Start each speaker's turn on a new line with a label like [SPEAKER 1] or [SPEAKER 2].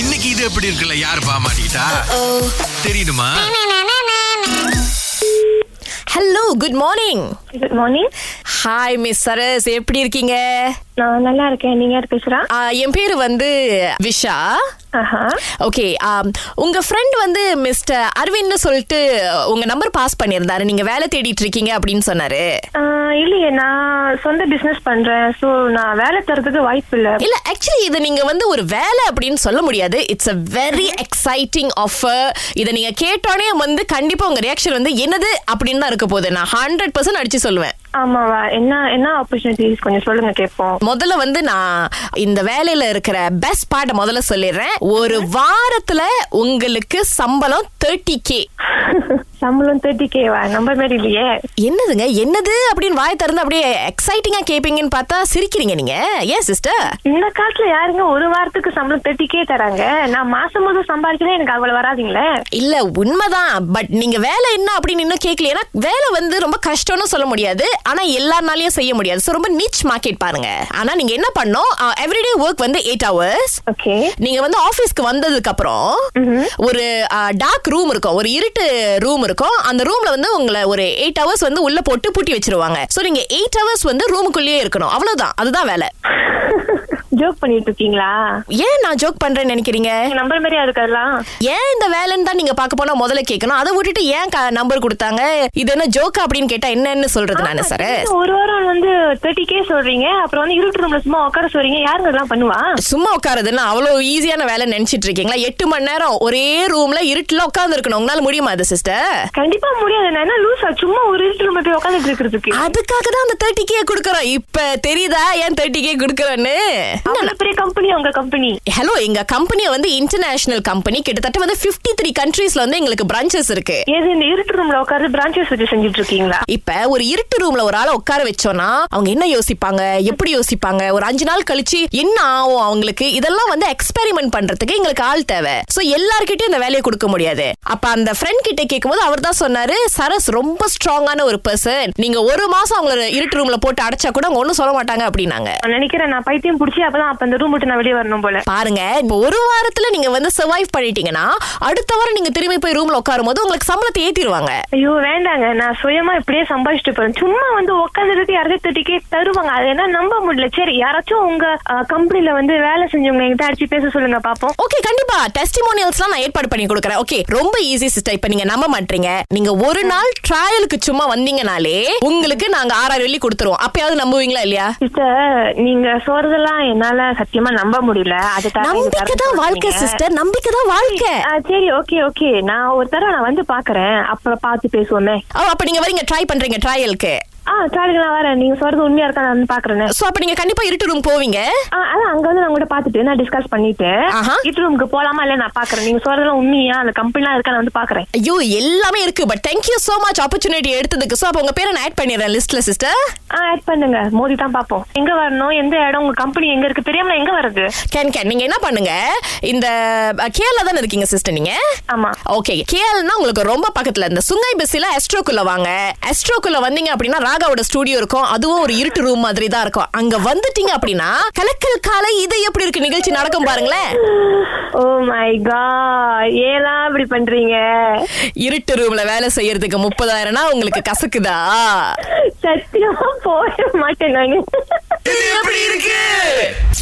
[SPEAKER 1] இன்னைக்கு இது எப்படி இருக்குல்ல யார் பாமாட்டா தெரியுமா
[SPEAKER 2] hello good morning
[SPEAKER 3] good morning
[SPEAKER 2] hi miss Saras எப்படி இருக்கீங்க
[SPEAKER 3] நான் நல்லா இருக்கேன் நீங்க யார் பேசுறா
[SPEAKER 2] ஆ, என் பேர் வந்து விஷா
[SPEAKER 3] ஆஹா
[SPEAKER 2] ஓகே உங்க ஃப்ரெண்ட் வந்து மிஸ்டர் அரவிந்த்னு சொல்லிட்டு உங்க நம்பர் பாஸ் பண்ணியிருந்தாரு நீங்க வேலை தேடிட்டு இருக்கீங்க அப்படின்னு சொன்னாரு
[SPEAKER 3] ஆஹ், இல்லையே நான் சொந்த பிசினஸ் பண்றேன் சோ நான் வேலை தரதுக்கு வாய்ப்பு இல்ல
[SPEAKER 2] இல்ல ஆக்சுவலி இது நீங்க வந்து ஒரு வேலை அப்படின்னு சொல்ல முடியாது it's a very exciting offer இதை நீங்க கேட்டோடனே வந்து கண்டிப்பா உங்க ரியாக்ஷன் வந்து என்னது அப்படின்னு தான் இருக்க போகுது நான் ஹண்ட்ரட் பர்சன்ட் அடிச்சு சொல்லுவேன்
[SPEAKER 3] ஆமாவா என்ன என்ன ஆப்பர்ச்சுனிட்டிஸ் கொஞ்சம் சொல்லுங்க கேட்போம்
[SPEAKER 2] முதல்ல வந்து நான் இந்த வேலையில இருக்கிற பெஸ்ட் பார்ட்டை முதல்ல சொல்லிடுறேன் ஒரு வாரத்துல உங்களுக்கு சம்பளம் தேர்ட்டி கே
[SPEAKER 3] சம்பளம் தேர்ட்டி கேவா நம்ப மாதிரி இல்லையே
[SPEAKER 2] என்னதுங்க என்னது அப்படின்னு வாய் திறந்து அப்படியே எக்ஸைட்டிங்கா கேப்பீங்கன்னு பார்த்தா சிரிக்கிறீங்க நீங்க ஏன் சிஸ்டர்
[SPEAKER 3] இந்த காலத்துல யாருங்க ஒரு வாரத்துக்கு சம்பளம் தேர்ட்டி கே தராங்க நான் மாசம் மாசம் சம்பாதிக்கிறேன் எனக்கு அவ்வளவு வராதுங்களே
[SPEAKER 2] இல்ல உண்மைதான் பட் நீங்க வேலை என்ன அப்படின்னு இன்னும் கேட்கல ஏன்னா வேலை வந்து ரொம்ப கஷ்டம்னு சொல்ல முடியாது ஆனா எல்லாருனாலயும் செய்ய முடியாது ஸோ ரொம்ப நீச் மார்க்கெட் பாருங்க ஆனா நீங்க என்ன பண்ணணும் எவ்ரிடே ஒர்க் வந்து எயிட் ஹவர்ஸ்
[SPEAKER 3] ஓகே
[SPEAKER 2] நீங்க வந்து ஆபீஸ்க்கு வந்ததுக்கு அப்புறம் ஒரு டார்க் ரூம் இருக்கும் ஒரு இருட்டு ரூம் இருக்கும் அந்த ரூம்ல வந்து உங்களை ஒரு எயிட் ஹவர்ஸ் வந்து உள்ள போட்டு பூட்டி வச்சிருவாங்க சோ நீங்க எயிட் ஹவர்ஸ் வந்து ரூமுக்குள்ளேயே இருக்கணும் அவ்வளவுதான் அதுதான் வேலை
[SPEAKER 3] ஜோக் பண்ணிட்டு இருக்கீங்களா
[SPEAKER 2] ஏன் நான் ஜோக் பண்றேன்னு நினைக்கிறீங்க
[SPEAKER 3] நம்பர் மாதிரியா இருக்கு அதெல்லாம்
[SPEAKER 2] ஏன் இந்த வேலைன்னு தான் நீங்க பார்க்க போனா முதல்ல கேட்கணும் அதை விட்டுட்டு ஏன் நம்பர் கொடுத்தாங்க இது என்ன ஜோக்கா அப்படின்னு கேட்டா என்னன்னு சொல்றது நானு சார்
[SPEAKER 3] ஒரு வாரம் வந்து தேர்ட்டி கே சொல்றீங்க அப்புறம் வந்து இருட்டு ரூம்ல சும்மா உட்கார சொல்றீங்க யாருங்க இதெல்லாம் பண்ணுவா
[SPEAKER 2] சும்மா உட்காருதுன்னா அவ்வளவு ஈஸியான வேலை நினைச்சிட்டு இருக்கீங்களா எட்டு மணி நேரம் ஒரே ரூம்ல இருட்டுல உட்கார்ந்து இருக்கணும் உங்களால முடியுமா அது சிஸ்டர்
[SPEAKER 3] கண்டிப்பா முடியாது நான் என்ன லூசா சும்மா ஒரு இருட்டு ரூம்ல போய் உட்காந்துட்டு இருக்கிறதுக்கு
[SPEAKER 2] அதுக்காக தான் அந்த தேர்ட்டி கே கொடுக்கறோம் இப்ப தெரியுதா ஏன் தேர்ட்டி கே கொடுக்கறோன்னு
[SPEAKER 3] அவ்வளவு பெரிய கம்பெனி உங்க கம்பெனி
[SPEAKER 2] ஹலோ எங்க கம்பெனி வந்து இன்டர்நேஷனல் கம்பெனி கிட்டத்தட்ட வந்து 53 த்ரீ கண்ட்ரீஸ்ல வந்து எங்களுக்கு பிரான்ச்சஸ் இருக்கு
[SPEAKER 3] ஏது இந்த இருட்டு ரூம்ல உட்கார்ந்து பிரான்ச்சஸ் வச்சு செஞ்சுட்டு இருக்கீங்களா
[SPEAKER 2] இப்ப ஒரு இருட்டு ரூம்ல ஒரு ஆளை உட்கார வச்சோம்னா அவங்க என்ன யோசிப்பாங்க எப்படி யோசிப்பாங்க ஒரு அஞ்சு நாள் கழிச்சு என்ன ஆகும் அவங்களுக்கு இதெல்லாம் வந்து எக்ஸ்பெரிமெண்ட் பண்றதுக்கு எங்களுக்கு ஆள் தேவை சோ எல்லார்கிட்டயும் இந்த வேலையை கொடுக்க முடியாது அப்ப அந்த ஃப்ரெண்ட் கிட்ட கேட்கும்போது அவர் தான் சொன்னாரு சரஸ் ரொம்ப ஸ்ட்ராங்கான ஒரு பர்சன் நீங்க ஒரு மாசம் அவங்கள இருட்டு ரூம்ல போட்டு அடைச்சா கூட அவங்க ஒன்னும் சொல்ல மாட்டாங்க அப்படின்னாங்க
[SPEAKER 3] நான் நினைக்கிறேன் நான் பைத்தியம் பிடிச்சி அப்பதான் அப்ப அந்த ரூம் விட்டு நான் வெளியே வரணும் போல
[SPEAKER 2] பாருங்க இப்போ ஒரு வாரத்துல நீங்க வந்து சர்வைவ் பண்ணிட்டீங்கன்னா அடுத்த வாரம் நீங்க திரும்பி போய் ரூம்ல உட்காரும் போது உங்களுக்கு சம்பளத்தை ஏத்திடுவாங்க
[SPEAKER 3] ஐயோ வேண்டாங்க நான் சுயமா இப்படியே சம்பாதிச்சுட்டு போறேன் சும்மா வந்து உட்காந்துருக்கு யாராவது தேர்ட்டிக்கே தருவாங்க அது என்ன நம்ப முடியல சரி யாராச்சும் உங்க கம்பெனில வந்து வேலை செஞ்சவங்க என்கிட்ட அடிச்சு பேச சொல்லுங்க பாப்போம்
[SPEAKER 2] ஓகே கண்டிப்பா டெஸ்டிமோனியல்ஸ்லாம் நான் ஏற்பாடு பண்ணி கொடுக்குறேன் ஓகே ரொம்ப ஈஸி சிஸ்டர் இப்போ நீங்க நம்ப மாட்டீங்க நீங்க ஒரு நாள் ட்ரையலுக்கு சும்மா வந்தீங்கனாலே உங்களுக்கு நாங்க ஆறாயிரம் வெள்ளி கொடுத்துருவோம் அப்பயாவது நம்புவீங்களா இல்லையா
[SPEAKER 3] சிஸ்டர் நீங்க சொல்றதெல்லாம் என்னால சத்தியமா நம்ப முடியல அது தரேன், இது
[SPEAKER 2] நம்பிக்கை தான்
[SPEAKER 3] தரேன்னு
[SPEAKER 2] வாழ்க்கை
[SPEAKER 3] சொல்றீங்க.
[SPEAKER 2] சிஸ்டர் நம்பிக்கை தான் வாழ்க்கை
[SPEAKER 3] ஆ, சரி ஓகே ஓகே நான் ஒரு தடவை நான் வந்து பாக்குறேன் அப்புறம் பார்த்து பேசுவோமே
[SPEAKER 2] ஓ அப்ப நீங்க வரீங்க ட்ரை பண்றீங்க ட்ரையலுக்கு
[SPEAKER 3] ஆ சாரி நான் வரேன் நீங்க சொல்றது உண்மையா இருக்கா நான் வந்து பாக்குறேன்
[SPEAKER 2] சோ அப்ப நீங்க கண்டிப்பா இருட்டு ரூம் போவீங்க
[SPEAKER 3] ஆ, அதான் அங்க வந்து நான் கூட பாத்துட்டு நான் டிஸ்கஸ் பண்ணிட்டு
[SPEAKER 2] ஆஹா.
[SPEAKER 3] இட்டு ரூமுக்கு போலாமா இல்ல நான் பாக்குறேன் நீங்க சொல்றதெல்லாம் உண்மையா அந்த கம்பெனிலாம் இருக்கா நான் வந்து பாக்குறேன்
[SPEAKER 2] ஐயோ எல்லாமே இருக்கு but thank you so much opportunity எடுத்ததுக்கு சோ அப்ப உங்க பேரை நான் ஆட் பண்ணிடுறேன் லிஸ்ட்ல சிஸ்டர்
[SPEAKER 3] ஆ ஆட் பண்ணுங்க மோதி தான் பாப்போம் எங்க வரணும் எந்த இடம் உங்க கம்பெனி எங்க இருக்கு தெரியாமல எங்க வருது
[SPEAKER 2] கேன் கேன் நீங்க என்ன பண்ணுங்க இந்த கேரளா தானே இருக்கீங்க சிஸ்டர் நீங்க
[SPEAKER 3] ஆமா
[SPEAKER 2] ஓகே கேஎல்னா உங்களுக்கு ரொம்ப பக்கத்துல இந்த சுங்கை பஸ்ல எஸ்ட்ரோக்குள்ள வாங்க எஸ்ட்ரோக்குள்ள வந்தீங்க அப்படின்னா ராகாவோட ஸ்டுடியோ இருக்கும் அதுவும் ஒரு இருட்டு ரூம் மாதிரி தான் இருக்கும் அங்க வந்துட்டீங்க அப்படின்னா கலக்கல் காலை இது எப்படி இருக்கு நிகழ்ச்சி நடக்கும் பாருங்களேன்
[SPEAKER 3] ஓ மை காட் ஏலாம் இப்படி பண்றீங்க
[SPEAKER 2] இருட்டு ரூம்ல வேலை செய்யறதுக்கு முப்பதாயிரம்னா உங்களுக்கு கசக்குதா
[SPEAKER 3] சத்தியமா போக மாட்டேன் நாங்க
[SPEAKER 1] இது எப்படி இருக்கு